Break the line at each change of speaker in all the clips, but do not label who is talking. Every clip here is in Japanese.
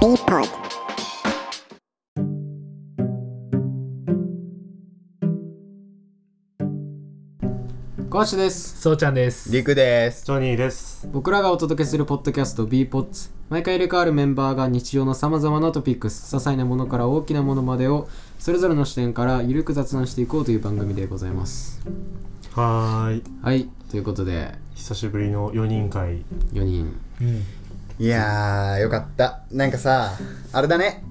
Bpod.
コアシです
そうちゃんです。
りくです。
ジョニーです。
僕らがお届けするポッドキャスト b p o d s 毎回入れ替わるメンバーが日常のさまざまなトピックス些細なものから大きなものまでをそれぞれの視点からゆるく雑談していこうという番組でございます
はーい。
はいということで
久しぶりの4人会。
4人
いやー、よかった。なんかさ、あれだね。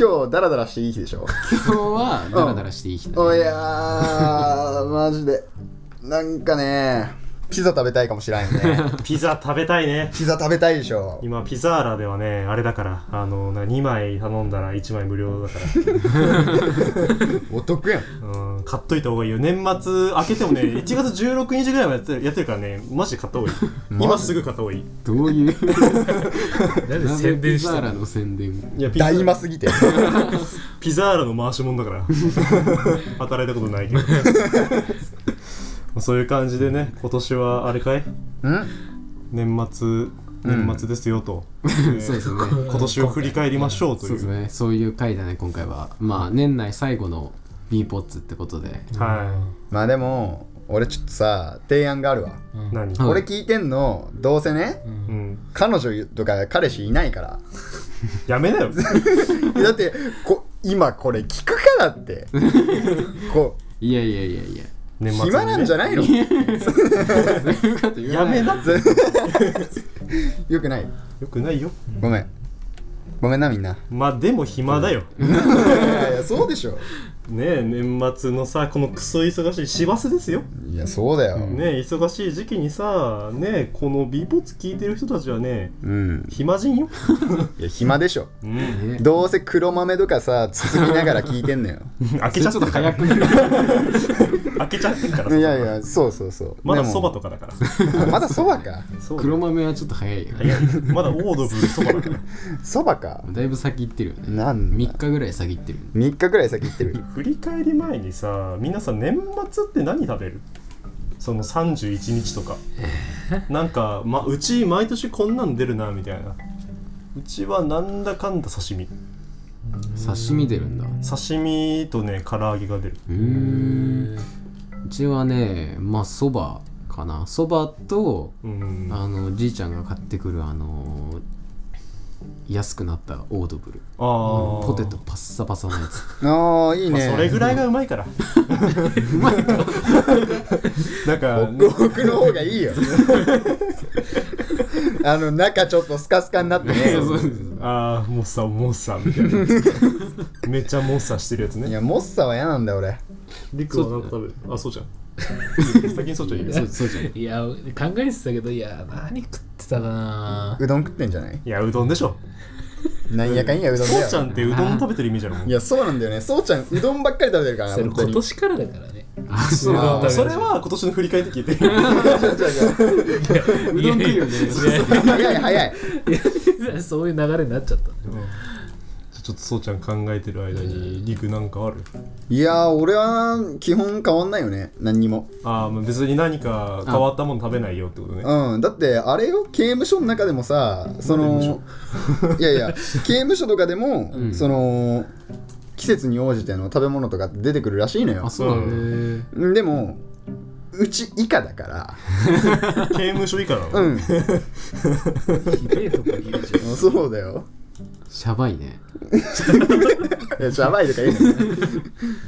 今日、ダラダラしていい日でしょ。
今日はダラダラしていい日だ、
お
ね、
いやー、マジで。なんかね、ピザ食べたいかもしれん ね。
ピザ食べたいね。
ピザ食べたいでしょ。
今、ピザーラではね、あれだから、あの、な2枚頼んだら1枚無料だか
お得やん。
ら、うん、買っといた方がいいよ。年末明けてもね、1月16日ぐらいまでやってるやってるからね、マジで買った方がいい。今すぐ買った方がいい。
どういう
なんで
なぜ
宣
ピ
伝し
ザ
た
ーラ
の
の宣伝
いや、ピザ
大今すぎて。
ピザーラの回し者だ から。働いたことないけど。 そういう感じでね、今年はあれかい
ん
年末、年末ですよと。えー
そうですね
今年を振り返りましょうと
そう
い
です
う。
ねそういう回だね今回はまあ年内最後の b p o d s ってことで
は
まあでも、俺ちょっとさ、提案があるわ。
い。何
はい
俺聞いてんの、どうせね、
うん。
彼女とか彼氏いないから。
やめ なよ。
だって、こ今これ聞くからって。こう、
いやいやいやいや
年末にね
暇なんじゃないの
そういうこと言わ
や
ない
めな。
よくない
よくないよ。
ごめんごめんなみんな
まあでも暇だよ。
いやいやそうでしょ
ねえ、年末のさ、このクソ忙しい師走ですよ。
いやそうだよ
ねえ、忙しい時期にさ、ねえ、この B ポッツ聞いてる人たちはね、
うん
暇人よ。
いや暇でしょ
うん。
ね
どうせ黒豆とかさ続きながら聞いてんのよ
開け
そ
ち
れち
ゃっ
ょっ
て
と
るか
早。
ら
くない
開けちゃってるから
い
さ。
やいやそうそうそう
まだ
でも
そばとかだから。
あ まだそばか
そうだよ
黒豆はちょっと早いよ
早いよまだオードブルそばだから。
そばか
だいぶ先行ってるよね
なんだ
3日ぐらい先行ってるよね
3日ぐらい先行ってる
振り返り前にさ、皆さん年末って何食べるその31日とか。なんか、ま、うち毎年こんなん出るな、みたいな。うちはなんだかんだ刺身。
刺身出るんだう
刺身とね、唐揚げが出る。
ーんうちはねまあそばかなそばと
うん。あ
あのじいちゃんが買ってくるあの安くなったオードブル
あー。
ポテトパッサパサのや つ
ああいい
まあ
ね
それぐらいがうまいから。なんか、ね、
僕の方がいいよ あの中ちょっとスカスカになってね
ああ、もっさ、もっさ、みたいな。めっちゃもっさしてるやつ
い
ね。
やモッサは嫌なんだよ俺
りくは何か食べるあ、そうじゃん。先にそうじゃん。いい
そうそうじゃない
いや、考えてたけど、いや、何食ってたかな。
うどん食ってんじゃない
いや、うどんでしょ。
なんやかんやうどんだよ
そうちゃんってうどん食べてるイメージあるもん。
いやそうなんだよねそうちゃんうどんばっかり食べてるからな
それ
本当
今
に
年からだからね。
あそう
あ
だ
ー
それは今年の振り返り で聞いてる。
うどん食うよね
早い早い
ね。そういう流れになっちゃった。
ちょっとそうちゃん考えてる間に、りくなんかある
いやー俺は基本変わんないよね何にも
ああ、まあ別に何か変わったもの食べないよってことね。
うんだってあれよ刑務所の中でもさそのいやいや刑務所とかでも、その季節に応じての食べ物とかって出てくるらしいのよ
あそうだね
へ
でもうち以下だか
刑務所以下な
ら
の
うん
ひでえとこ言うじ
そうだよ
シャバいね
いやシャバいとか言うの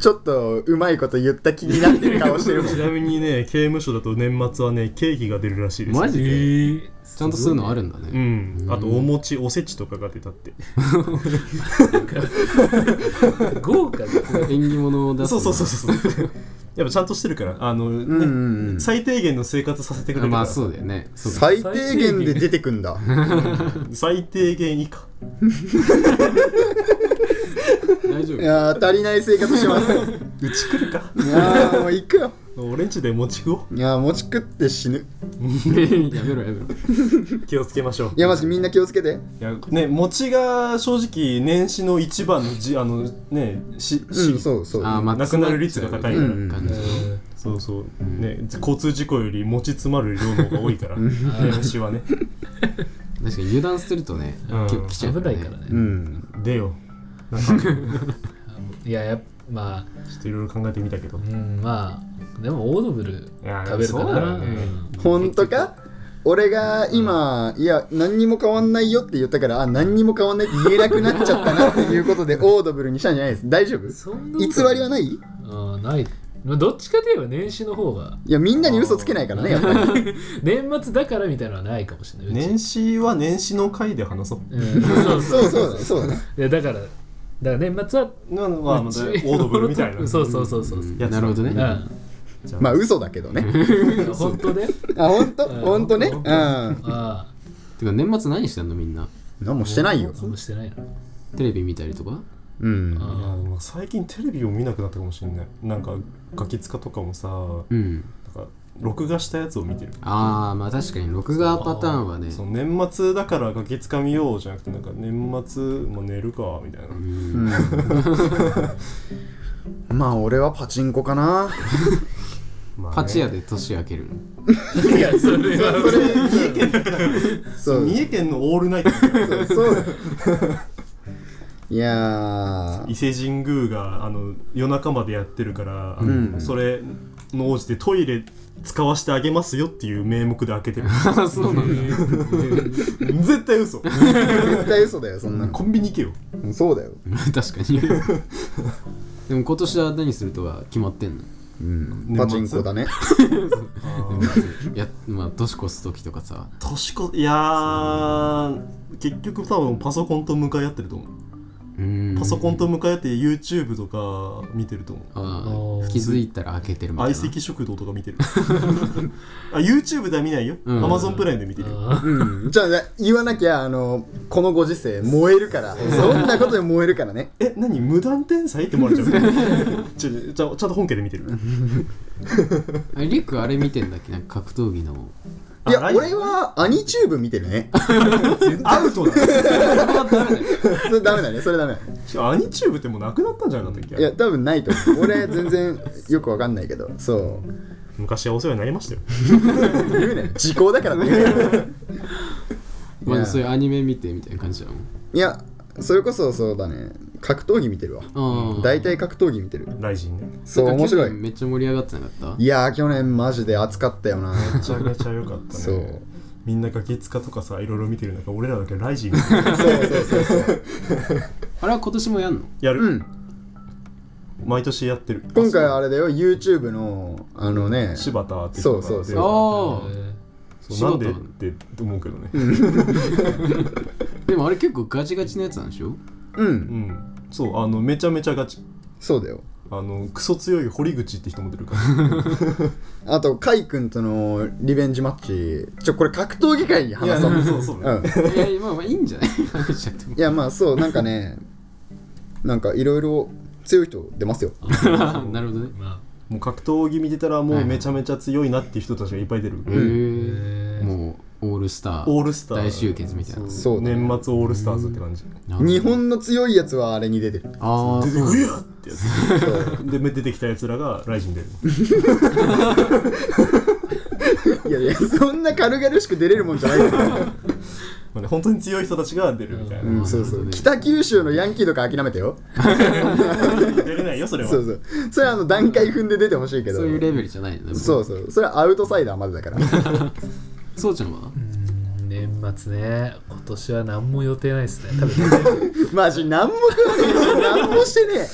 ちょっとうまいこと言った気になってる顔してるもん
ちなみに ね、刑務所だと年末はね、ケーキが出るらしいです。
マジ
ゃん。
で
え。
ちゃんとそういうのあるんだね
うん。あと、お餅、おせちとかが出たって。
豪華ですね。
縁起物を出す
そうそうそう
う
そう。 やっぱちゃんとしてるから、あの、
うんうん
ね、
うん
最低限の生活させてくれるか
ま
ら。
あそうだよねそうだ
最低限で出てくんだ
最低限以下。
大丈
い
夫
やー足りない生活してます
うち来るか。
いやーもう行くよ
俺んちで餅食お
いやー餅食って死ぬ
やめろやめろ
う。気をつけましょう。
いやマジみんな気をつけて
いやね餅が正直年始の一番のじあのねし、
う
し
んそうそう
あーまあ
なくなる率が高いから
詰まっちゃう感じ
そうそう、ね交通事故より餅詰まる量の方が多いから、年始はね
確かに油断するとね、
うん
結構来ちゃう
危ないからね、
うん
出よなんかちょ
いややっぱまあ
っといろいろ考えてみたけど
うんまあでもオードブル
いや
食べるか
そうだよ
な、
ね
うん
本当か俺が今、いや、何にも変わんないよって言ったから、あ、何にも変わんないって言えなくなっちゃったなっていうこと で、オードブルにしたんじゃないです。大丈夫偽
そんなこと
りはないい
うんないまあどっちかといえば年始の方が
や、みんなに嘘つけないからね、やっぱり。
年末だからみたいなのはないかもしれない、うち
年始は年始の回で話そう
うん、そうそう
そうそうだね、そうだね。
いやだからだから年末は
なまあまたオ
うち
ードブルみたいな
そうそうそうそうそう、
やつ
なるほどね
うん、
じゃあ
まあ、嘘だけどね。
本当で
あ、ほんと、
うん
ほんとね。う
ほん
ん。
とあ
てか年末何してんのみんな
何もしてないよ
あ。何もしてないの
テレビ見たりとか
うん。
いや
あ
まあ最近テレビを見なくなったかもしれないなんかガキ使とかもさな
うん
んか録画したやつを見てる
ああまあ確かに録画パターンはね
その年末だからガキつかみようじゃなくてなんか年末も寝るかみたいな、
うん
うんまあ、俺はパチンコか な。
まあね
パチ屋で年明けるの
あいやそれは
それ三重県
そう。
三重県のオールナイトみたいな
そうそうだよいや
伊
ー、
勢神宮があの夜中までやってるから、あの
うん
それの応じてトイレ使わせてあげますよっていう名目で開けてる
あ そうなんだ
絶対嘘
絶対嘘だよ、そんなの。
コンビニ行けよ
うんそうだよ。
確かにでも今年は何するとか決まってんの
うん
年
パ
末
チンコだね。
いやまあ年越す時とかさ
年越いやー結局多分パソコンと向かい合ってると思う
うん
パソコンと向かい合って YouTube とか見てると思う
あ
お
ー
ー
気づいたら開けてるみたい
相
な
席食堂とか見てるあ YouTube では見ないよ、
うん
Amazon プライムで見てるよ
あ
うん、じゃあ言わなきゃあのこのご時世燃えるからそんなことで燃えるからね
え何無断転載って思われち ゃうちょちょちゃんちゃんと本家で見てる
あリクあれ見てんだっけなんか格闘技の
あ
いや
ライブ
俺はアニチューブ見てるね
アウトだ
それダメだねそれダメだね
ちょアニチューブってもうなくなったんじゃなかったっけ
いや多分ないと思う俺全然よくわかんないけどそ
昔はお世話になりましたよ
う言うね時効だから ね
ま
い
あ
や
そういうアニメ見てみたいな感じだも
いやそれこそそうだね格闘技見てるわ
んあ
大体格闘技見てる
ライジンね
そう面白い
めっちゃ盛り上がってなかった
いやー去年マジで熱かったよ な
めちゃめちゃ良かったね
そう
みんなガキツカとかさいろいろ見てる中俺らだけライジ
そ
ン
うそうそうそう
あれは今年もやんの
やる、
うん
毎年やってる
今回あれだよ YouTube のあのね
柴田って
そうそう
そ
そうう
ああ
な
柴
ん
田
でって思うけどね
でもあれ結構ガチガチのやつなんでしょ
う
うんんそうあのめちゃめちゃガチ
そうだよ
あのクソ強い堀口って人も出るから
あとカイ君とのリベンジマッチちょこれ格闘技界に話そう
そうそう
うん
いやまあまあいいんじゃない話しちゃっても
いやまあそうなんかねなんかいろいろ強い人出ますよ
なるほどね
ま
もう格闘技見てたらもうめちゃめちゃ強いなっていう人たちがいっぱい出る、
へ
あ
ー
えー
もうオールスター
オールスター
大集結みたいな
そうだね
年末オールスターズって感じ
なるほど
日本の強いやつはあれに出てる
ああ
出て
そう
くるよってやつで出てきたやつらがライジン出る
いやいやそんな軽々しく出れるもんじゃ ないから
まあね本当に強い人たちが出るみたいな、
うんそうそう北九州のヤンキーとか諦めてよ
出れないよそれは
そうそうそれはあの段階踏んで出てほしいけど
そういうレベルじゃないのね
そううそうそれはアウトサイダーまでだから
そうちゃんは
うん年末ね今年は何も予定ないですね多分
マジ何も食わねえし何もしてね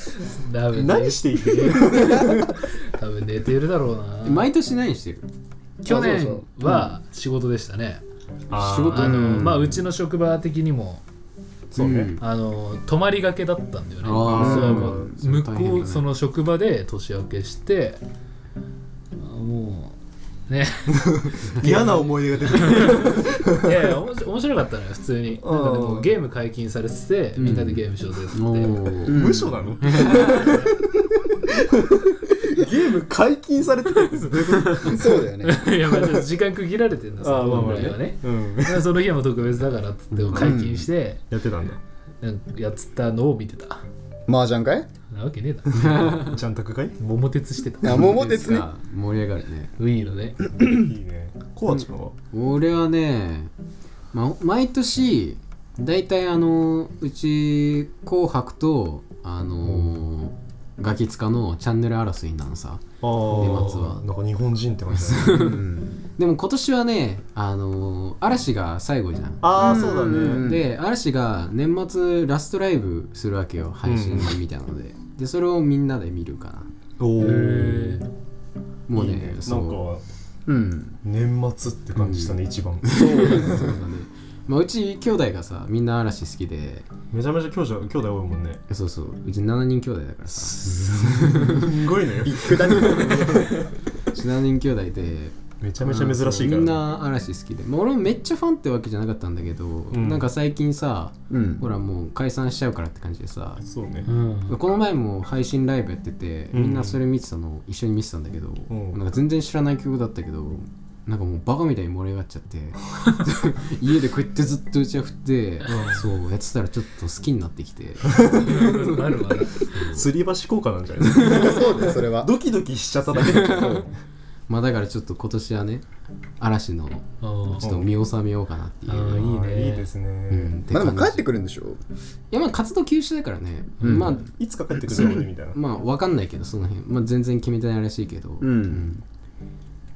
多分ね
何していく
多分寝てるだろうな
毎年何してる
去
あそ
年
う
は仕事でしたね
あー
仕事
あの
うん
まあうちの職場的にも
そうね、
ん
あの泊まりがけだったんだよね
あ
ー
そう
うん
もう
それ
向
大変
こ
だね
うその職場で年明けしてあもうね
嫌な思い出が出てくる
いやいやおもし面白かったのよ普通になんかでもゲーム解禁されててみんなでゲームしようぜっつって、
おー
ん
無所なのゲーム解禁されてたんですよ
えそうだよね
いやまあちょっと時間区切られてるんださ本来はね
うん
だからその日はもう特別だからっつって解禁して、
やってたんだ
なんかやつったのを見てた
麻雀かい
なわけねえだ
ちゃんたくかいい
桃鉄してた
あ桃鉄ね
か盛り上がるね
ウィーのね
いねコアちゃんはい
俺はねまあ、毎年大体あのうち「紅白」と「あのガキ使」のチャンネル争いなのさ
あー
年末は
なんか日本人って感じだね
うん
でも今年はねあの嵐が最後じゃん
ああそうだ
うん
ね
で嵐が年末ラストライブするわけよ配信で見たので、でそれをみんなで見るかな
おお
へ
ー
もうね
いいねな
そ
ん
う
か
うん
年末って感じしたね一番
そうだねそうだねまあうち兄弟がさみんな嵐好きで
めちゃめちゃ兄弟兄弟多いもんね
そうそううち7人兄弟だからさ
すんごいね
ビッグダニ
7人兄弟で
めちゃめちゃ珍しいから
みん
ね
な嵐好きで、まあ、俺もめっちゃファンってわけじゃなかったんだけど、
ん
なんか最近さ
うん
ほらもう解散しちゃうからって感じでさ
そうね
うん
この前も配信ライブやってて
うん
みんなそれ見てたのを一緒に見てたんだけど、
うん
なんか全然知らない曲だったけどなんかもうバカみたいに盛り上がっちゃって 家でこうやってずっと打ち合振って、そうやってたらちょっと好きになってきて
あるある
吊り橋効果なんじゃない ですか
そうだよそれは
ドキドキしちゃっただけ だけど
まあだからちょっと今年はね嵐の
あー
ちょっと見納めようかなっていう、
あーいいね
いいですね、
うんって
まあで
感
も
じ
帰ってくるんでしょ
いやまあ活動休止だからね、
うん
まあ
いつか帰ってくるよねみたいな
まあわかんないけどその辺、まあ、全然決めてないらしいけど、
うん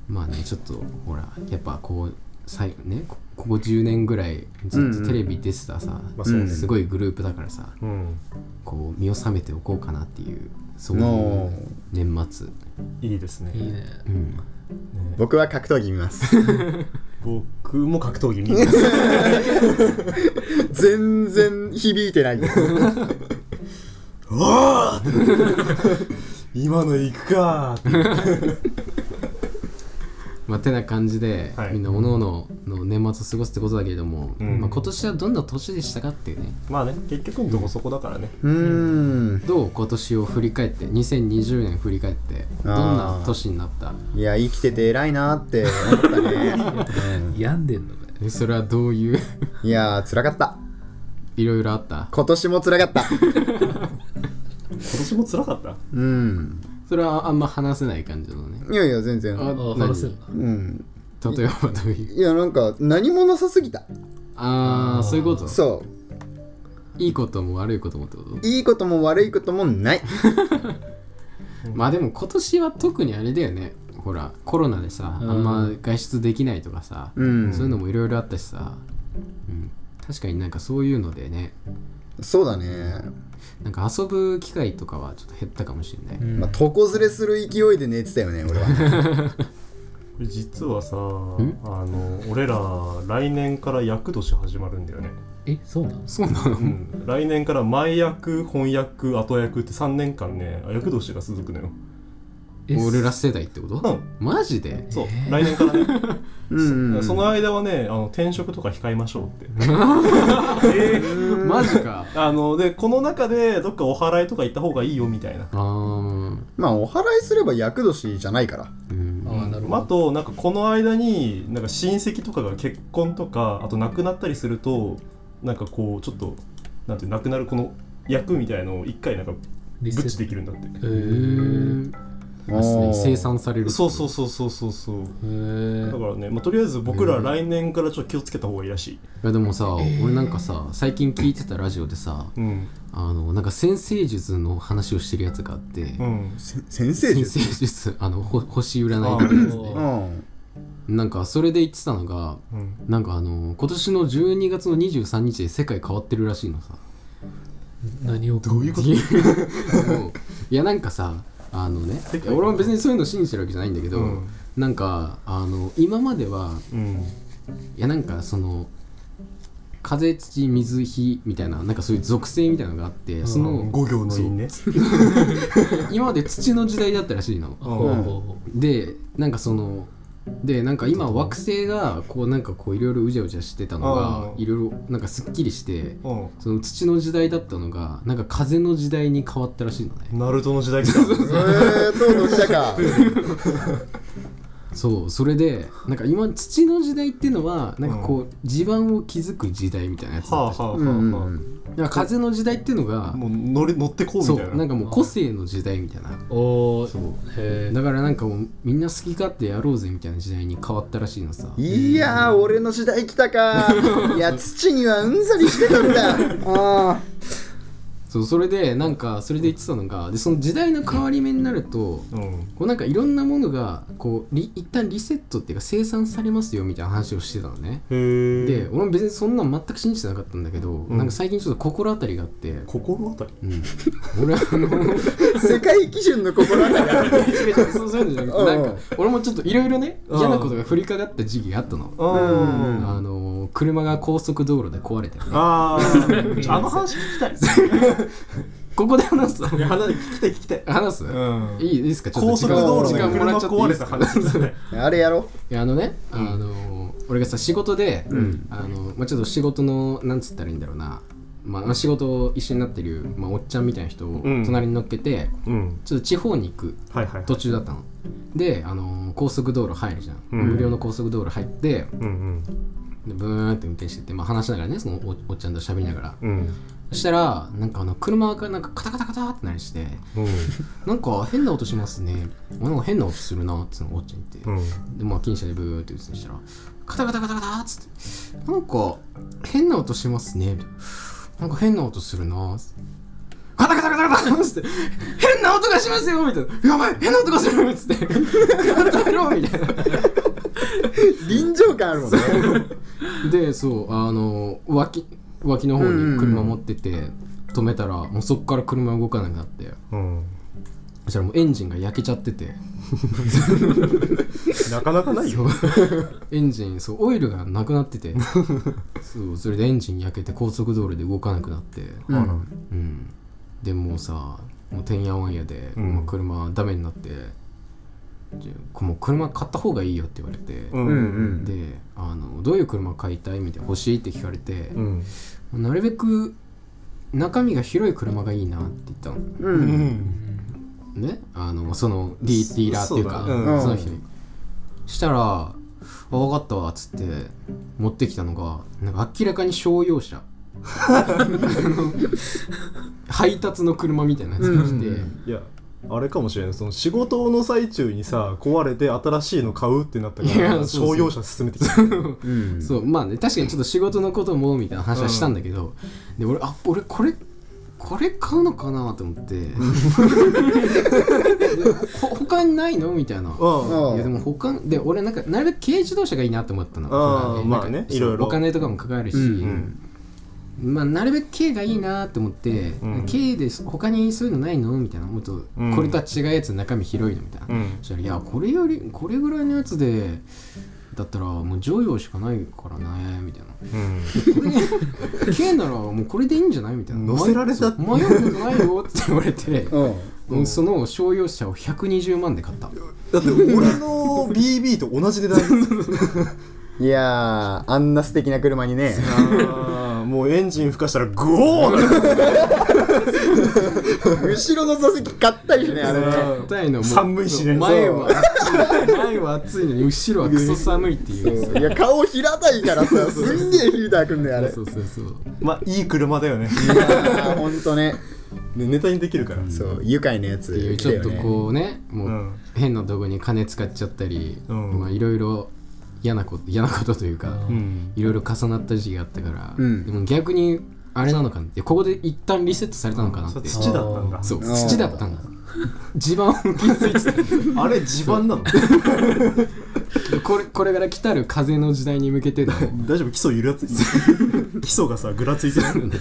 まあねちょっとほらやっぱこう最ねこここ10年ぐらいずっとテレビ出てたさ、
まあそうね
すごいグループだからさ
うん
こう見納めておこうかなっていうそうい
の
う年末、
いいですね
いいね
うん、
ね
僕は格闘技見ます
僕も格闘技見ます
全然響いてないよ
ああ今の行くかーって
まあてな感じで、
はい
みんなおのおのの年末を過ごすってことだけれども、
うん
まあ、今年はどんな年でしたかっていうね
まあね結局のとこそこだからね
うーん
どう今年を振り返って2020年振り返ってどんな年になった
いや生きてて偉いなって思ったね、
病んでんのかよ
えそれはどういう
うんいやー辛かった
いろいろあった
今年も辛かった
今年も辛かった
うん
それはあんま話せない感じのね
いやいや全然
あ
何
話せるな
うん
例えばどういう
いやなんか何もなさすぎた
ああそういうこと
そ
いいことも悪いこともってこと
ういいことも悪いこともない
まあでも今年は特にあれだよねほらコロナでさあ
うん
んま外出できないとかさ、
うん
そういうのもいろいろあったしさ、うん、確かになんかそういうのでね
そうだね、
なんか遊ぶ機会とかはちょっと減ったかもしれない、
うん
まあ、床ずれする勢いで寝てたよね 俺は
実はさあ
ん
の俺ら来年から役年始まるんだよね、
えそうなの
そうなの
うん、来年から前役翻訳後役って3年間ね役年が続くのよ
え
俺ら世代ってこと、
うん
マジで
そう、
えー
来年からね
うん
その間はねあの転職とか控えましょうって
マジ か
あのでこの中でどっかお祓いとか行った方がいいよみたいな
あー
まあお祓いすれば厄年じゃないから
うん
あーなる
あ
ほど
となんかこの間になんか親戚とかが結婚とかあと亡くなったりするとなんかこうちょっとなんていう亡くなるこの役みたいのを一回なんかブ
リセット
チできるんだって
へ
う
ー
んあすでに生産される
そうそうそうそうそうそう
へ
だか
ー
らね、まあ、とりあえず僕ら来年からちょっと気をつけた方がいいらしい、
いやでもさ、俺なんかさ最近聞いてたラジオでさ
うん
あのなんか先生術の話をしてるやつがあって、
うん、
せ先生
先
術
生術あのほ星占
あ
いとか
ー
うん
なんかそれで言ってたのが
うん、
なんかあの今年の12月の23日で世界変わってるらしいのさ
何をどういう こ
いやもういやなんかさあのね
世界
いや俺も別にそういうの信じてるわけじゃないんだけど、
うん
なんかあの今までは
うん、
いやなんかその風土水火みたいななんかそういう属性みたいなのがあって、その
5行の因ね
今まで土の時代だったらしいの
うん
でなんかそのでなんか今惑星がこうなんかこういろいろうじゃうじゃしてたのが
うん
いろいろなんかすっきりして
うん
その土の時代だったのがなんか風の時代に変わったらしいのね
ナルトの時代来た
えーとどうしたか
そうそれでなんか今土の時代っていうのはなんかこう、地盤を築く時代みたいなやつ
はあ
だ
は
ったじゃん
あはあ
うんうん
は
うん
だから風の時代っていうのが
あもう乗り乗ってこうみた
そ
いな
うなんかもう個性の時代みたいな
おお
そう
へ
だからなんかもうみんな好き勝手やろうぜみたいな時代に変わったらしいのさ
いやー俺の時代来たかいや土にはうんざりしてたんだあ
そうそれでなんかそれで言ってたのがでその時代の変わり目になると
うん
こうなんかいろんなものがこうリ一旦リセットっていうか生産されますよみたいな話をしてたのね
へー
で俺も別にそんなん全く信じてなかったんだけど、
ん
なんか最近ちょっと心当たりがあって、うん、
心当たり
俺はあの
ー世界基準の心当たりがある
そう そういうのじゃなくてなんか俺もちょっといろいろね嫌なことが降りかかった時期があったの、
うん
あの車が高速道路で壊れてね
あーあの話聞きたい
ここで話す
いや話聞きたい聞きたい
話す、
うん
いいですかちょっと
高速道路
時
で
間時間もら
車
っちゃっていい
壊
で
れ
す
た
か
話聞きたい
あれやろ
いやあのね、あの俺がさ仕事で、あのまあ、ちょっと仕事のなんつったらいいんだろうな、まあ、仕事を一緒になってる、まあ、おっちゃんみたいな人を
うん
隣に乗っけて、
うん
ちょっと地方に行く
はいはいはい
途中だったので、あの高速道路入るじゃん、
うん
無料の高速道路入って
うん
でブーンって運転してって、まあ、話しながらねそのおおっちゃんと喋りながら
うんうん
そしたらなんかあの車がなんかカタカタカタってなりして
う
なんか変な音しますねあなんか変な音するなってそのおっちゃん言って、
んうん
でまあ禁車でブーって打つにしたらカタカタカタカタっつってなんか変な音しますねみたいななんか変な音するなっつってカタカタカタカタっつって変な音がしますよみたいなやばい変な音がするっつってカタカタみたいな
臨場感あるもんね
でそうあの脇脇の方に車持ってて止めたらもうそっから車動かなくなって
うん
そしたらもうエンジンが焼けちゃってて
なかなかないよ
エンジンそうオイルがなくなって てそうそれでエンジン焼けて高速道路で動かなくなって
うん
うん、でもうさもうてんやわんやで、
うん
もう車ダメになってじゃあもう車買った方がいいよって言われて、
う
うんうん
であのどういう車買いたいみたいな欲しいって聞かれて
う、ん
なるべく中身が広い車がいいなって言ったの
う
うんん
ねあのそのディ
そ
ディーラーっていうか
そ
そう
だねうん
の人にしたらあ「分かったわ」っつって持ってきたのがなんか明らかに商用車あの配達の車みたいなやつが来て、
いやあれかもしれないその仕事の最中にさ壊れて新しいの買うってなったか
いや
ら
そうそう
商用車進めてき たうん
うん
そうまあね確かにちょっと仕事のこともみたいな話はしたんだけど、で俺あ俺これこれ買うのかなと思ってで ほ他にないのみたい な。
うん
いやでも他で俺なんかなるべく軽自動車がいいなと思ったの
あー
なんか
まあね
そう
いろいろ
お金とかもかかるし、
うん
うん
まあなるべく軽がいいなと思って、
うん
軽で他にそういうのないのみたいなもっと
うん
これとは違うやつ中身広いのみたいな、
うん
そしたら「いやこれよりこれぐらいのやつでだったらもう乗用しかないからね」みたいな「 軽ならもうこれでいいんじゃない?」みたいな
乗せられた
迷うことないよ」って言われて
うん
もうその商用車を120万で買った
だって俺の BB と同じ値段
いやーあんな素敵な車にね
あーもうエンジンふかしたらグオーな
後ろの座席買ったりしねあれね
硬いのも
寒いしね
前は暑い前は暑いのに後ろはクソ寒いっていう
そういや顔平たいからさすんげえヒーターくんだよあれ
そうそうそうそう
まあいい車だよね
いやーほんとね
ねネタにできるから
そう愉快なやつ
っていうち
だ
ょっ
よ
と
ね
こうねもう、
うん
変なとこに金使っちゃったり、
うん
まあいろいろ嫌なこと嫌なことというか、
うん
いろいろ重なった時期があったから、
うん
でも逆にあれなのかなってここで一旦リセットされたのかなっ
それ
て
土だったんだ
そう
あー
土だったんだ地盤を築いて
あれ地盤なの
たこれこれから来たる風の時代に向けてだ
大丈夫基礎ゆらつ いてる基礎がさぐらついてる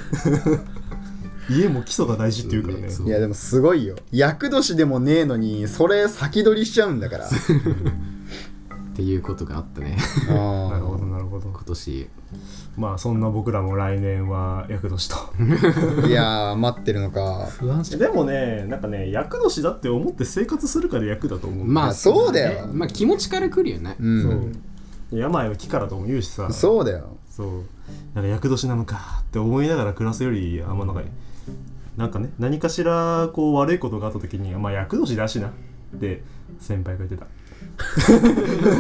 家も基礎が大事っていうからね
そう
いやでもすごいよ厄年でもねえのにそれ先取りしちゃうんだから
っ ていうことがあったね
なるほ
あ
どなるほど
今年
まあそんな僕らも来年は厄 年と
ーいやー待ってるのか
不安しか
でもねなんかね厄年だって思って生活するから厄だと思う、
まあ
あそうだよ
まあ気持ちからくるよね、
うん
そう病は気からとも言うしさ
そうだよ
そうなんか厄年なのかって思いながら暮らすよりあんまなんかなんかね何かしらこう悪いことがあった時にまあ厄年だしなって先輩が言ってた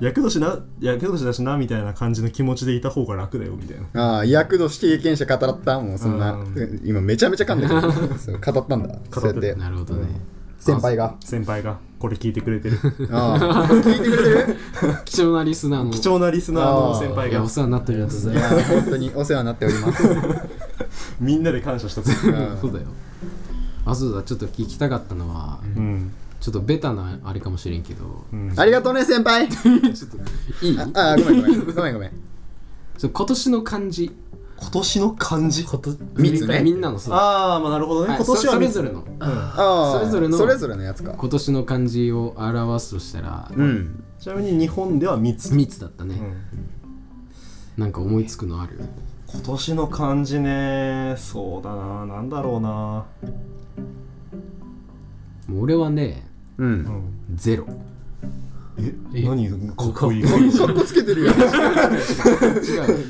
やけどしなやけどしだしなみたいな感じの気持ちでいた方が楽だよみたいな
ああ役年経験者語らったもうそんな、
うん
今めちゃめちゃ噛んでるそう語ったんだそうやって
なるほどね。
先輩が
先輩がこれ聞いてくれ てる
ああ聞いてくれてる
貴重なリスナーの。
貴重なリスナーの先輩
いや、
が
お世話になってるやつだ
あり
い
よ。
や本当にお世話になっております、うん
みんなで感謝し とく、
そうだよ。あ、そうだ、ちょっと聞きたかったのは、
うん
ちょっとベタなあれかもしれんけど、
うん、
ありがとうね先輩
いい
ああごめんごめんごめんごめん
そう今年の漢字、
今年の漢字
こと
三つね
みんなのそう。
ああまあなるほどね
はい
今年
そ
は
それ
水
ぞれの
あ
そ
あ
れぞれの
それぞれのやつか
今年の漢字を表すとしたら、
うん
ちなみに日本では3つ、
三つだった
う
ね。
ん
なんか思いつくのある
今年の漢字ねそうだななんだろうな
もう俺はね、
う
うんん
ゼロ。
え
え
何かっこいい
か っこつけてるやん
違う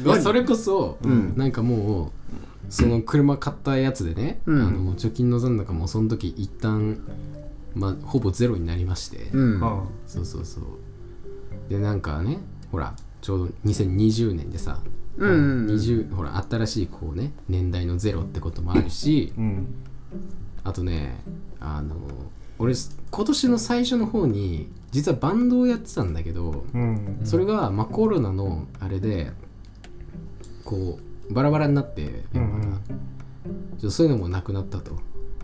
いやそれこそ、
ん
なんかもうその車買ったやつでね、
うん
あの貯金の残高もその時一旦まあほぼゼロになりまして、
うん
うん
そうそうそうでなんかねほらちょうど2020年でさ、
うんうんうん
20ほら新しいこうね年代のゼロってこともあるし、
うん
あとねあの俺今年の最初の方に実はバンドをやってたんだけど、
うん
それが、まあ、コロナのあれでこうバラバラになって、
うんうん
ちょっとそういうのもなくなったと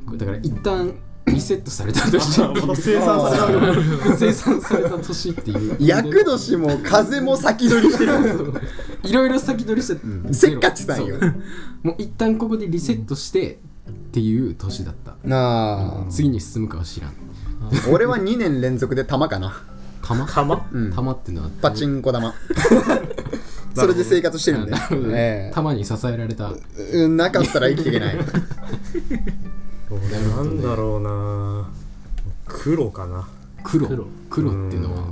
これだから一旦リセットされた 年
また生産されたわけ
生産された年っていう
厄年も風も先取りしてる
いろいろ先取りして、
せっかちさんよ
そうもう一旦ここでリセットしてっていう年だった、
なあ
次に進むかは知らん
俺は2年連続で玉かな
玉
釜
うん
玉ってのは
パチンコ玉それで生活してるんで
なるほどね
え
玉に支えられた
えうんなかったら生きていけない
なんだろうな黒かな
黒
黒
黒っていうのは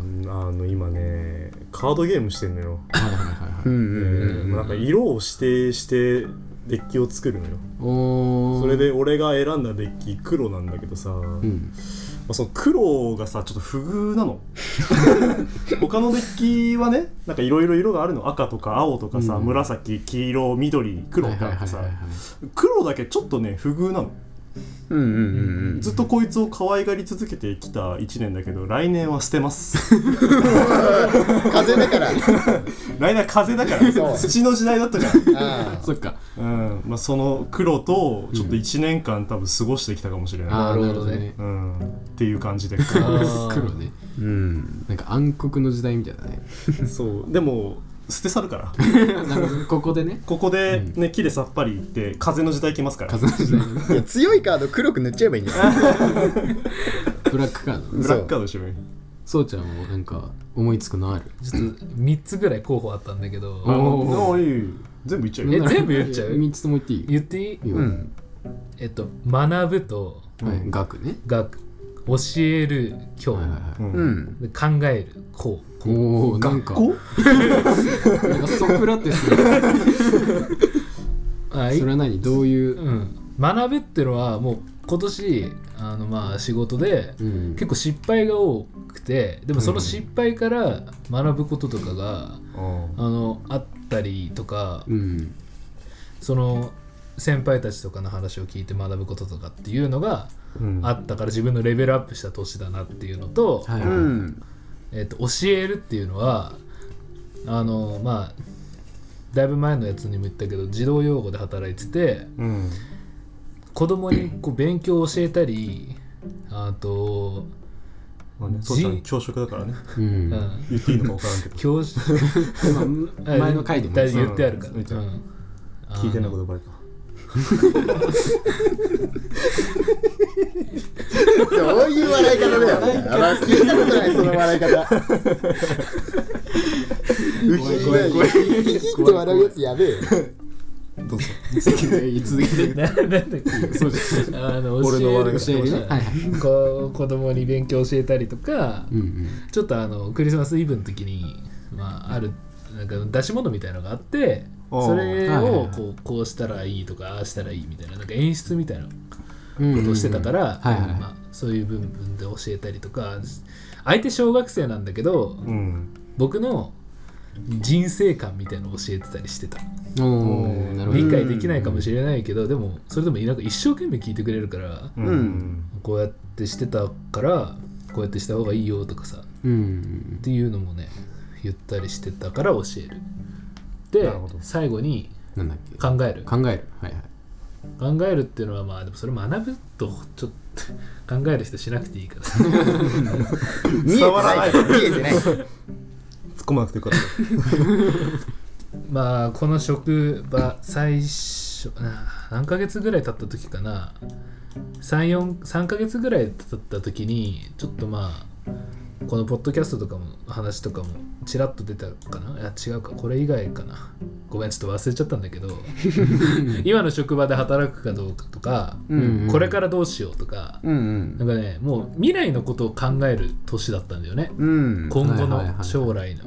んあの今ねカードゲームしてんのよ、
はいはいはいはい
うん
え
うん
ーなんか色を指定してデッキを作るのよ
おー
それで俺が選んだデッキ黒なんだけどさ、
う
ま
ん
あ、その黒がさちょっと不遇なの他のデッキはねなんかいろいろ色があるの赤とか青とかさ、
うん
紫黄色緑黒ってあってさ黒だけちょっとね不遇なの
うんうんうんうん
ずっとこいつを可愛がり続けてきた1年だけど来年は捨てます
風だから
来年は風だから
そう
土の時代だったから
あ
そっか
うんまあ、その黒とちょっと1年間多分過ごしてきたかもしれない、
あー
な
な
る
る
ほ
ほ
ど
ど
ね
ね
うん、っていう感じで
あー
黒ね
あうん
なんか暗黒の時代みたいだね
そうでも捨て去るから
なんかここでね
ここでね、木でさっぱりいって風の時代来ますから
風の時代のね
いや強いカード黒く塗っちゃえばいいんじゃない
ブラックカードね
ブラックカードしてみる
そうちゃんもなんか思いつくのある
ちょっと3つぐらい候補あったんだけど
おー
ああいい全部いっちゃう
え
よ
全部言っちゃう
3つとも言っていい
言っていい
いいよ
う
は
ん
えっと学ぶと
い学ね
学教える教
はいはいは
う
い
ん
うん
で考えるこう
おおなんか
こ
なんかソクラテスね
は
それは何どういう
うん、学ぶってのはもう今年あのまあ仕事で
うん
結構失敗が多くてでもその失敗から学ぶこととかが、
うん
あのあったりとか、
うん
その先輩たちとかの話を聞いて学ぶこととかっていうのが
うん
あったから自分のレベルアップした年だなっていうのと,、
はいは
う
いはい
ん
えっと教えるっていうのはあのまあだいぶ前のやつにも言ったけど児童養護で働いてて。
うん
子供にこう勉強を教えたりあと、
まあね、父ちゃん教職だからね
う
うんん、
言っていいのか分からんけど
教 師
まあ前の回でも
大
ね
体言ってあるから、
うん
あの
聞いてんのことバレた
そういう笑い方だよねあ聞いたことないその笑い方
怖い怖い怖い
キキって笑うやつやべえよ
どうぞ
続けて続けて
ななんだっけ
そうです
あの
俺
教
の
え
笑い
る
が
教えるねはいはい
こう子供に勉強教えたりとか、
うんうん
ちょっとあのクリスマスイブの時に、まあ、あるなんか出し物みたいのがあって
あー
それ
はいはい
を
はい
こうこうしたらいいとかああしたらいいみたいななんか演出みたいな
うんうんうん
ことをしてたから、
はいはい
まそういう部分で教えたりとか相手小学生なんだけど
うん
僕の人生観みたいのを教えてたりしてた
おおなるほど
理解できないかもしれないけどでもそれでもなんか一生懸命聞いてくれるから
うんん
こうやってしてたからこうやってした方がいいよとかさっ
うん
ていうのもね言ったりしてたから教えるで
なるほど
最後に
なんだっけ
考える
考えるはいはい
考えるっていうのはまあでもそれ学ぶとちょっと考える人しなくていいからさ
見えて
伝わら
な
ない
い見えてない
突っ込まなくてよかった
まあこの職場最初な何ヶ月ぐらい経った時かな34ヶ月ぐらい経った時にちょっとまあこのポッドキャストとかも話とかもちらっと出たかないや違うかこれ以外かなごめんちょっと忘れちゃったんだ けど今の職場で働くかどうかとか、
うん
これからどうしようとか
うんうん
なんかねもう未来のことを考える年だったんだよね
うん
今後
はいはいは
の
い
将来のっ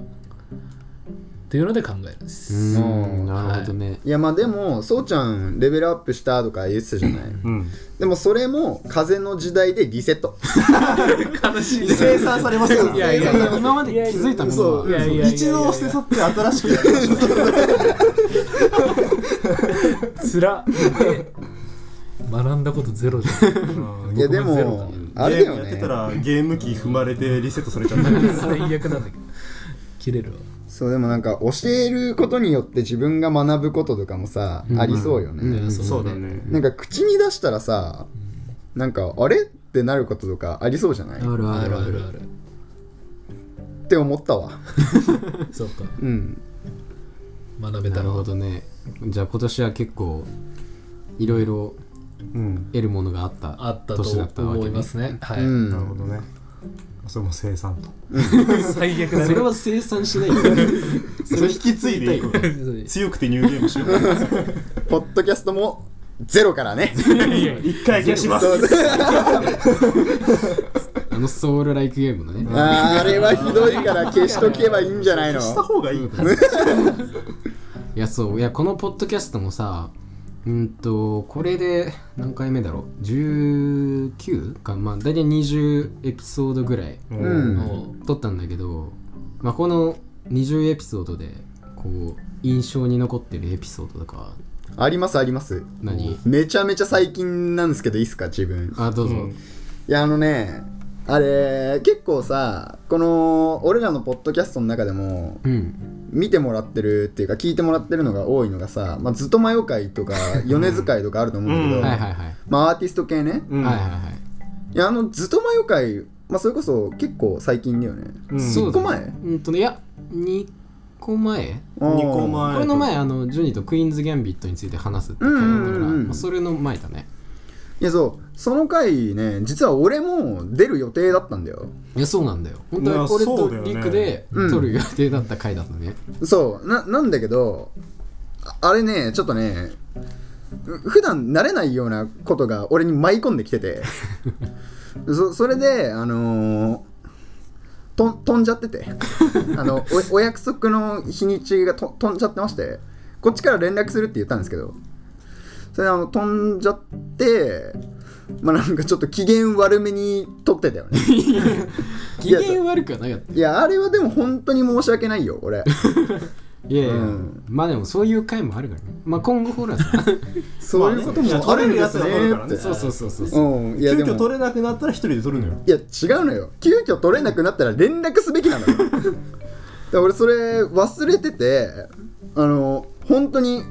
ていうので考えるんです、
うんなるほどね
いやまあでもそうちゃんレベルアップしたとか言ってたじゃない
うん
でもそれも風の時代でリセット
悲しい
生産され ますよ
いやいや
今まで気づいたもの
そ
は
う
いやいやいやいや
一度捨て去って新しくやる
つら 学んだことゼロじゃん
いやで
僕もゼロだ
もあれだよ
ゲームやって
ね
たらゲーム機踏まれてリセットされちゃった
最悪なんだけど切れるわ
そうでもなんか教えることによって自分が学ぶこととかもさありそうよね
ん
そうだね
なんか口に出したらさなんかあれってなることとかありそうじゃない
あるあ
あ
る
る
あ
あ
る
るある
って思ったわ
そうか
うん
学べた
なる
ら
ほどねじゃあ今年は結構いろいろ
うん
得るものがあった
あった
年だっ
と
たわ
思
け
いま
ね
すねは
う
い、
なる
ん
ほどねそれも生産と
最悪だね
それは生産しない
それ引き継いで いいこと強くてニューゲームしよう
ポッドキャストもゼロからね
いや
一回消します
そう
あのソウルライクゲームのね
あーあれはひどいから消しとけばいいんじゃないの
した方がいい
いやそういやこのポッドキャストもさうんとこれで何回目だろう19かまあ大体20エピソードぐらい
うん
も
撮ったんだけど、まあ、この20エピソードでこう印象に残ってるエピソードとか
ありますあります
何
めちゃめちゃ最近なんですけどいいっすか自分
あどうぞ、
うん
いやあのねあれ結構さこの俺らのポッドキャストの中でも
うん、
見てもらってるっていうか聞いてもらってるのが多いのがさ、まあ、ずっと迷う会 とか米津会とかあると思うんだけど、
うん
はいはいはい、
まあ、アーティスト系ね
うん
はいはいはい
いやあのずっと迷う会、まあ、それこそ結構最近だよね
うん
そう
1個前
うんとねいや2個前
二個
あ
前
これの前あのジュニーとクイーンズ・ギャンビットについて話すって言った
うんうん
か
う
ら、
んうん
まあ、それの前だね
ーいやそうその回ね実は俺も出る予定だったんだよ
いやそうなんだよ本当
いや
は俺
そ
と
うだよね
リクで
うん
撮る予定だった回だったね
そうななんだけどああれねちょっとねう普段慣れないようなことが俺に舞い込んできててそそれであのーとん飛んじゃっててあのおお約束の日にちがと飛んじゃってましてこっちから連絡するって言ったんですけどそれであの飛んじゃってまあなんかちょっと機嫌悪めに取ってたよね
機嫌悪くはなかった
いやあれはでも本当に申し訳ないよ俺
いやいや、
うん
まあでもそういう回もあるからねまあ今後ほらさ
そういうこと
まあね
もあるんですね
取れるやつは取るから
っ
ね
て
そうそうそうそうそう
うん、いや
急
で
遽
も
取れなくなったら一人で取るのよ
いや違うのよ急遽取れなくなったら連絡すべきなのよ だから俺それ忘れててあの本当に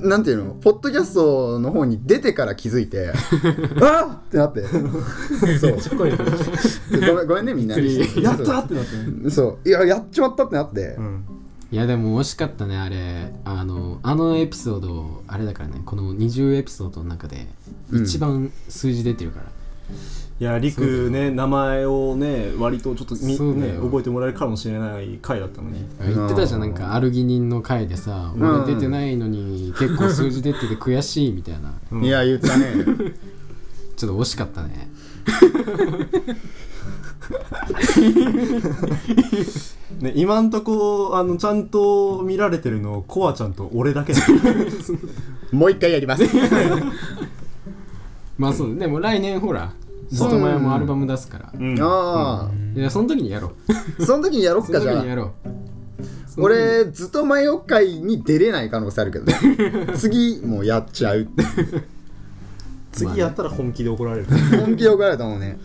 なんていうのポッドキャストの方に出てから気づいて あっってなってそ
う
う
ちょこいよ
ごめんごめんねみんな
やったってなってね
そういややっちまったってなって、
うん
いやでも惜しかったねあれあのあのエピソードあれだからねこの20エピソードの中で
うん
一番数字出てるから、
いやりくね名前をね割とちょっとみ
そうだ
ね
よ
覚えてもらえるかもしれない回だったのに
言ってたじゃんなんかアルギニンの回でさ
ん
俺出てないのに結構数字出てて悔しいみたいな
うん
いや言ったね
ちょっと惜しかったね
ね今んとこあのちゃんと見られてるのコアちゃんと俺だけだ
もう一回やります
まあそうでも来年ほらずっと前もアルバム出すから、
うん
あ
いやその時にやろう
あその時にやろっ
その
かじ
時
ゃあ
にやろうその時に
俺ずっと迷う会に出れない可能性あるけどね次もうやっちゃうって
次やったら本気で怒られる
本気で怒られたもんね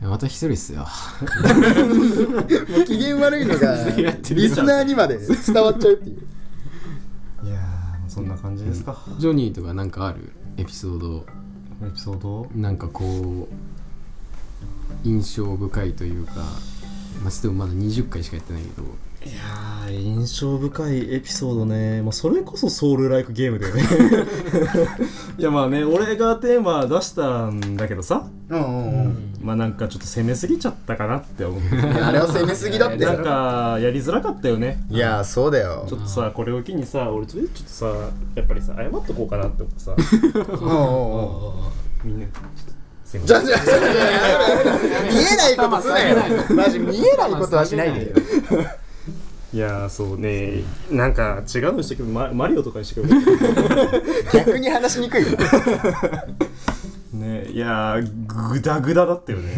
いや私一人っすよ
もう機嫌悪いのが
やってる
リスナーにまで伝わっちゃうっていう
いやーそんな感じですか、
ジョニーとかなんかあるエピソード
エピソード
なんかこう印象深いというかまあでもまだ20回しかやってないけど
いやー印象深いエピソードね、まあ、それこそソウルライクゲームだよね いやまあね俺がテーマ出したんだけどさ
うんうんうん
まあなんかちょっと攻めすぎちゃったかなって 思う
いやあれは攻めすぎだって
なんかやりづらかったよね
いやそうだよ
ちょっとさこれを機にさ俺ちょっとさやっぱりさ謝っとこうかなって思って さ
うんうんうん
みんなちょっとすいま
じ
せん
ゃじゃじゃじゃ見えないことすなよマジ見えないことはしないでよ
いやーそうねなんか違うのにしてくれママリオとかにしてくれ
逆に話しにくいよ
ねいやーグダグダだったよね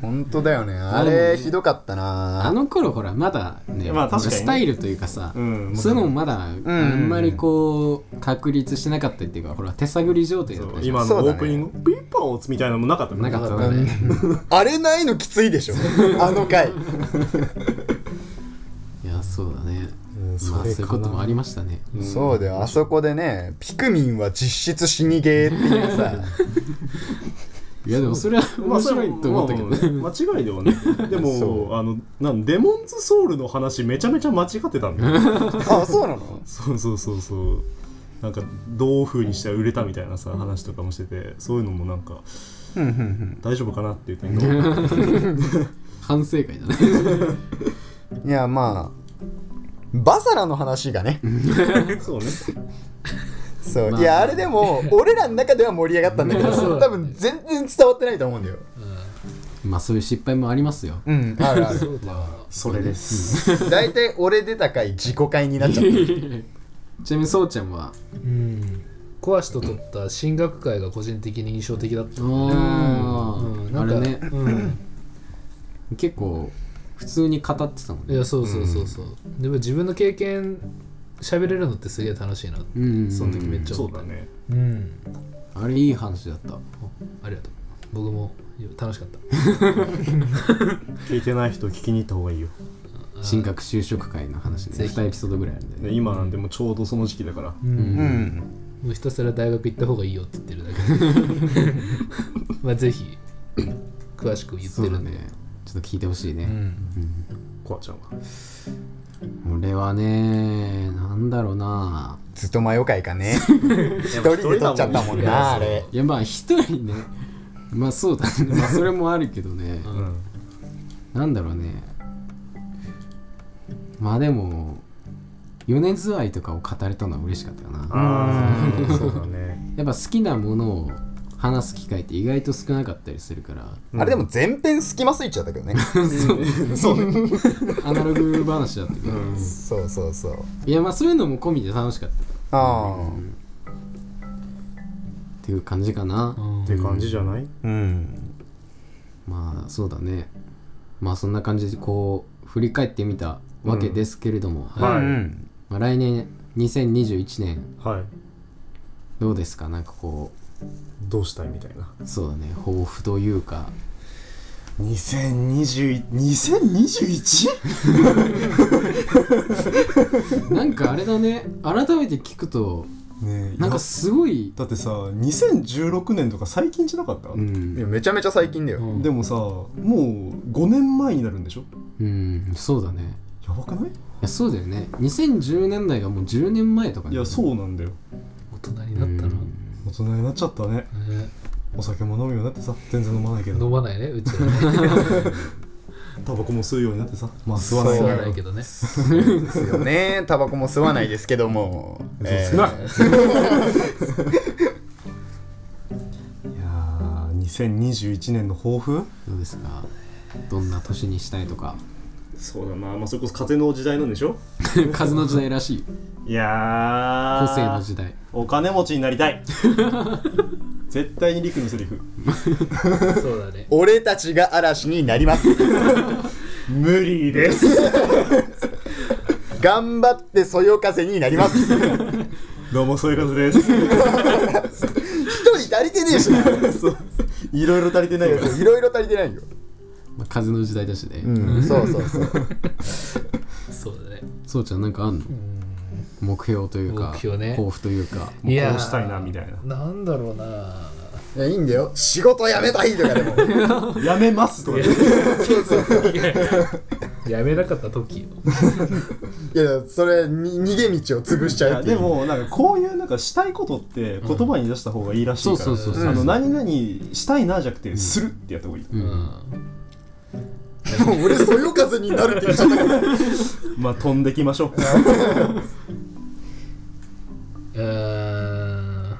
本当だよねあれひどかった
あ
な
の頃ほらまだね,、
まあ確かにね
スタイルというかさ、
うん
そういうのもまだあ
ん
んまりこう確立してなかったっていうかほら手探り状態だったじゃん
今の
そう
オ
だね
ープニング、ピーポーツみたいなのもなかったもん
なかったのね
あれないのきついでしょあの回
いやそうだね
うん
まあそういうこともありましたね
そうだよあそこでねピクミンは実質死にゲーっていうさ
いやでもそれは面白いと思ったけど、
まあそれはまあ間違いではねで
そう
もあのなんデモンズソウルの話めちゃめちゃ間違ってたんだよ
あそうなの
そうそうそうそうなんかどういう風にしたら売れたみたいなさ話とかもしててそういうのもなんか
うんうんうん
大丈夫かなっていう点が
反省会だね
いやまあバサラの話がね
そうね
そう、
まあ
いやあれでも俺らの中では盛り上がったんだけど
そう
多分全然伝わってないと思うんだよ
まあそういう失敗もありますよ
うんあるある
そうだわ
それです
大体俺出た回自己回になっちゃった
ちなみにそうちゃんは
うんコアシと取った進学会が個人的に印象的だった、
あ
うん、
あ
な
あ
んか
れね
うん、
結構普通に語ってたもん
い
ね
やそうそうそうそう、でも自分の経験喋れるのってすげえ楽しいな
うんうんうん
その時めっちゃ
そ
思っ
う
た
だね
うん
あれいい話だった
ありがとう僕も楽しかった
聞いてない人聞きに行った方がいいよ
進学就職会の話ね
ぜひ
2エピソードぐらいあるんで
で
ね
今なんでもうちょうどその時期だから
うん、
もうひたすら大学行った方がいいよって言ってるだけ まあぜひ詳しく言っ
そ
て
うだ
るんで
ねちょっと聞いてほしいね、
うん
コアちゃんは
俺はねなんだろうな
ずっと迷う会か ね一人で取っちゃったもんなあれ
いやまあ一人ね まあそうだ ねまあそれもあるけどね、
うん
なんだろうねまあでも米津愛とかを語れたのは嬉しかったかな
ああそうだね
やっぱ好きなものを話す機会って意外と少なかったりするから
あれでも全編隙間すいちゃったけどね
そうね
アナログ話だったけど、
そうそうそう
いやまあそういうのも込みで楽しかったっ
あ
ていう感じかな、
って感じじゃな
あ
い
うん
まあそうだねまあそんな感じでこう振り返ってみたわけですけれども、
はい
うん
まあ、来年2021年
はい
どうですかなんかこ
どうしたいみたいな
うそうだね抱負というか
2021?2021?
なんかあれだね改めて聞くと
ねえ
なんかすごい
だってさ2016年とか最近じゃなかった、
うん
いやめちゃめちゃ最近だよ、
でもさもう5年前になるんでしょ
うんそうだね
やばくない
いやそうだよね2010年代がもう10年前とか
いや
う
そうなんだよ
大人になったな、
大人になっちゃったね
ね
お酒も飲むようになってさ全然飲まないけど
飲まないねうちはね
タバコも吸うようになってさまあ吸わな
吸
いけど
わないけどね
ですよねタバコも吸わないですけど も、え
そう
ー
ですね いやー2021年の抱負
どうですかどんな年にしたいとか
そうだなまあそれこそ風の時代なんでしょ
風の時代らしい
いや
個
ー
性の時代
お金持ちになりたい絶対にリクのセリフ
そうだね
俺たちが嵐になります
無理です
頑張ってそよ風になります一
どうもそういうことです
人足りてねえしな
そういろいろ足りてないよ
いろいろ足りてないよ
まあ、風の時代だしね、
うんそうそうそう
そうだね
そうちゃんなんかあんの目標というか
目標ね
抱負というか
もうい
やー
こうしたいなみたいな
なんだろうない
やいいんだよ仕事辞めたいとかでも
やめますとか
やめなかった時よ
いやそれに逃げ道を潰しち
い
ゃう
や
ってい
で
う
もなんかこういうなんかしたいことって言葉に出した方がいいらしいから、
そうそうそうそう
あの何々したいなじゃなくてするってやった方がいい、
うん、
もう俺そよ風になるって言っちゃったから
まあ飛んできましょう
うーん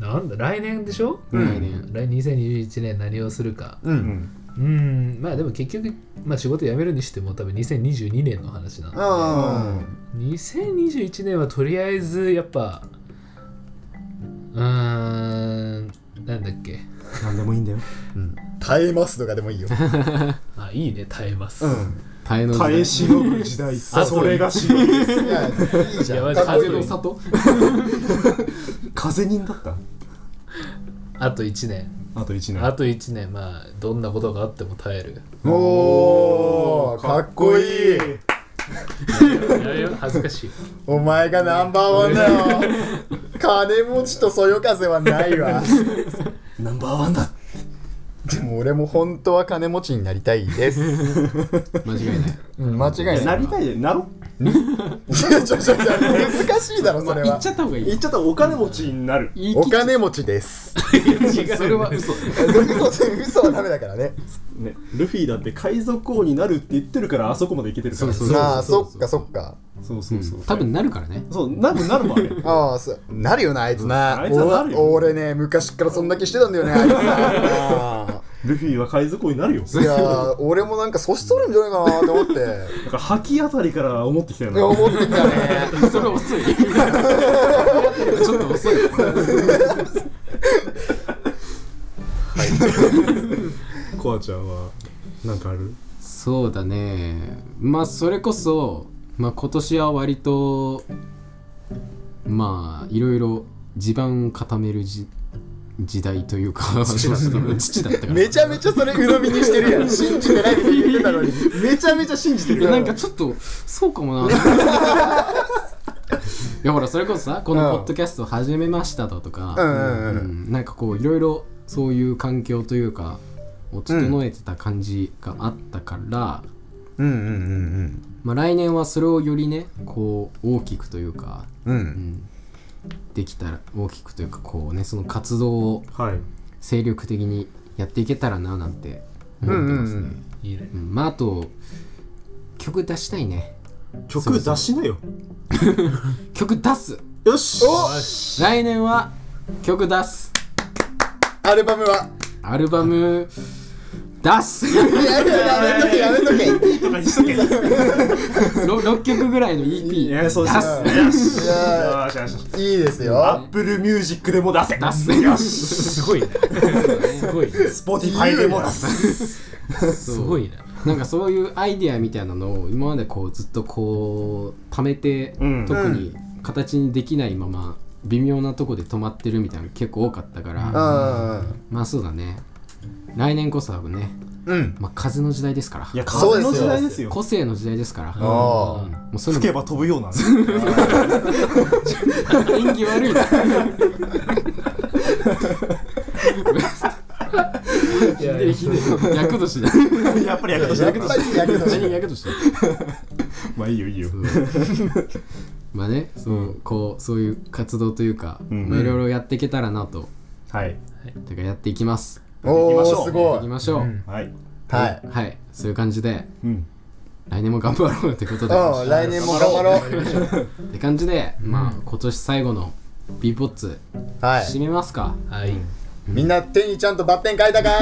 なんだ来年でしょ
う
来
ん
年
来2021年何をするか
う
うんん
うーんまあでも結局、まあ、仕事辞めるにしても多分2022年の話なんで
あ
2021年はとりあえずやっぱうーんなんだっけ
何でもいいんだよ
耐えますとかでもいいよ
あいいね耐えます、
耐えの時
耐
代
えしのぐ時代
あそう
それがしのぐ
いやいいじ
や
ゃ
ば
ん
い
かっこい
風
い
の里
風人だった
あと1年
あと1年
あと1年まあどんなことがあっても耐える
おーかっこいい
やめよう恥ずか しい
お前がナンバーワンだよ金持ちとそよ風はないわ
ナンバーワンだ
でも俺も本当は金持ちになりたいです
間違いない
うん間違いな
ないりたいでなろ
ちょちょちょ難しいだろそれ
言
は
っちゃった方がいい
言っちゃったらお金持ちになる
言い
お
切っ
金持ちです
違
それは嘘
嘘嘘はダメだからね
ね、ルフィだって海賊王になるって言ってるからあそこまでいけてるから
そうそう
まあそっかそっか
そうそうそう
多分なるからね
そうなるなるもんあれ
ああそうなるよなあいつな
あいつはなるよ
お俺ね昔からそんだけしてたんだよねあいつなあ
ルフィは海賊王になるよ
あ いやー俺もなんか阻止取るんじゃないかなって思って
なんか覇気あたりから思ってきたよ
いや
な
思ってきたね
それ遅 いちょっと遅い
コアちゃんはなんかある
そうだねまあそれこそ、まあ、今年は割とまあいろいろ地盤を固めるじ時代というか 父だったから
めちゃめちゃそれ鵜呑みにしてるやん信じてないって言ってたのにめちゃめちゃ信じてるや
なんかちょっとそうかもないやほらそれこそさこの
うん
ポッドキャスト始めましただとか、
うんうんうん
うんなんかこういろいろそういう環境というかを整えてた感じがあったから、
うんうんうん
まあ、来年はそれをよりねこう大きくというか、
うんう
うんん、できたら大きくというかこうねその活動を
はい
精力的にやっていけたらななんて思ってますね、
うんうんうん
いいね
うんまああと曲出したいね
曲出しなよ
曲出す
よし
お
来年は曲出す
アルバムは
アルバム出す
やめとけやめとけやめとけ
とかにしとけ
6曲ぐらいの EP
いやそうし
出
よ
す
うよし
いや
よしよし
いいです
ア
よ
ップルミュージックでも出せ
出す
よし
すごいねすごいね
スポティファイでも出す
す
すごいね
なんかそういうアイディアみたいなのを今までこうずっとこう貯めて、
うん
特に形にできないまま微妙なとこで止まってるみたいなの結構多かったから、
うん
まあそうだね来年こそはね、
うん
まあ、風の時代ですから
いや
そうですよ
風の時代ですよ
個性の時代ですから、うん
ああ
もうそうい
吹け
う
ば飛ぶような
の演技悪いな
いや
ひでえ役年だ
やっぱり役として
やっぱりやけどし
何が役年だ
まあいいよいいよ
まあねそう、こうそういう活動というか、
うん
まあ、いろいろやっていけたらなと、
はい
てかやっていきます
お
行きまし
お
ょう
すご
いき
い
ましょう、
うん
はい
はい
はいそういう感じで
うん
来年も頑張ろうってことで
うん来年も頑張ろう
って感じで、まあ今年最後の B ポッツ
はい
締めますか、
はい
みんな手にちゃんとバッテン書いたかい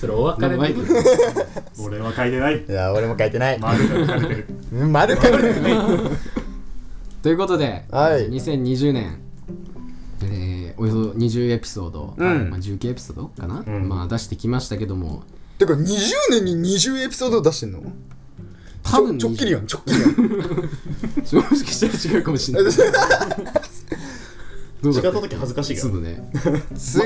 それお別
で
れ
も
の
マイ
時
ク
俺は書いてない
や俺も書いてない
丸が書かれてる
うん丸書いてない
ということで、
はい
2020年、えーでおよそ20エピソード、
うん
まあ、19エピソードかな、
うん
まあ出してきましたけども
てか20年に20エピソード出してんの
多分
ちょちょっきりやんちょっきりやん
正直したら違うかもしれないどう
時
だ
間
った
取時恥ずかしいか
そ
ら
うだね、まあ、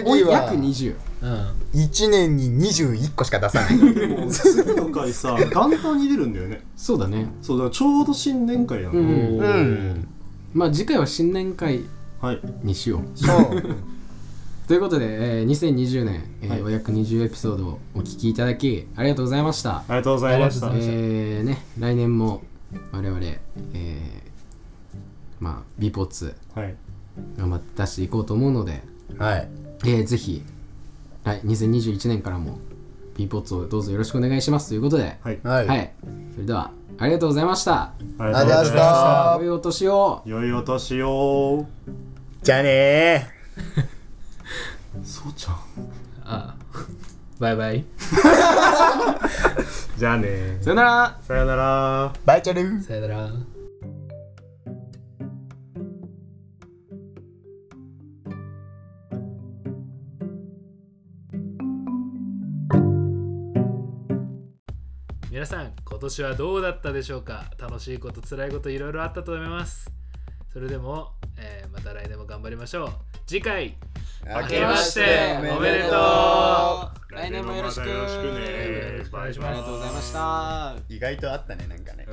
お
次
い
は
約20
うん
1年に21個しか出さない
でも次の回さ簡単に出るんだよね
そうだね
そうだからちょうど新年会なの、
うん
お
う
ー
ん
まあ次回は新年会
はい
にしよう
そう
ということで、えー2020年、えー
はい
お約20エピソードをお聞きいただきありがとうございました、
ありがとうございまし
あ
た
りがとうございまし
え
た
ーね、来年も我々、えーまあ、ビポッツ
はい
頑張って出していこうと思うので、
はい
えーぜひ来2021年からもビポッツをどうぞよろしくお願いしますということで、
はい
は
はいい、それではありがとうございました
あ
ありがとうございました
良いお年を
良いお年を
じゃあねー
そうちゃん
あバイバイ
じゃあねー
さよなら
さよなら
バイチャルー
さよなら皆さん今年はどうだったでしょうか楽しいこと辛いこといろいろあったと思いますそれでも、えーまた来年も頑張りましょう次回
明
けましておめでとう
来年もよろしく
来年もまたよろしくね
お願いします
ありがとうございました
意外とあったねなんかね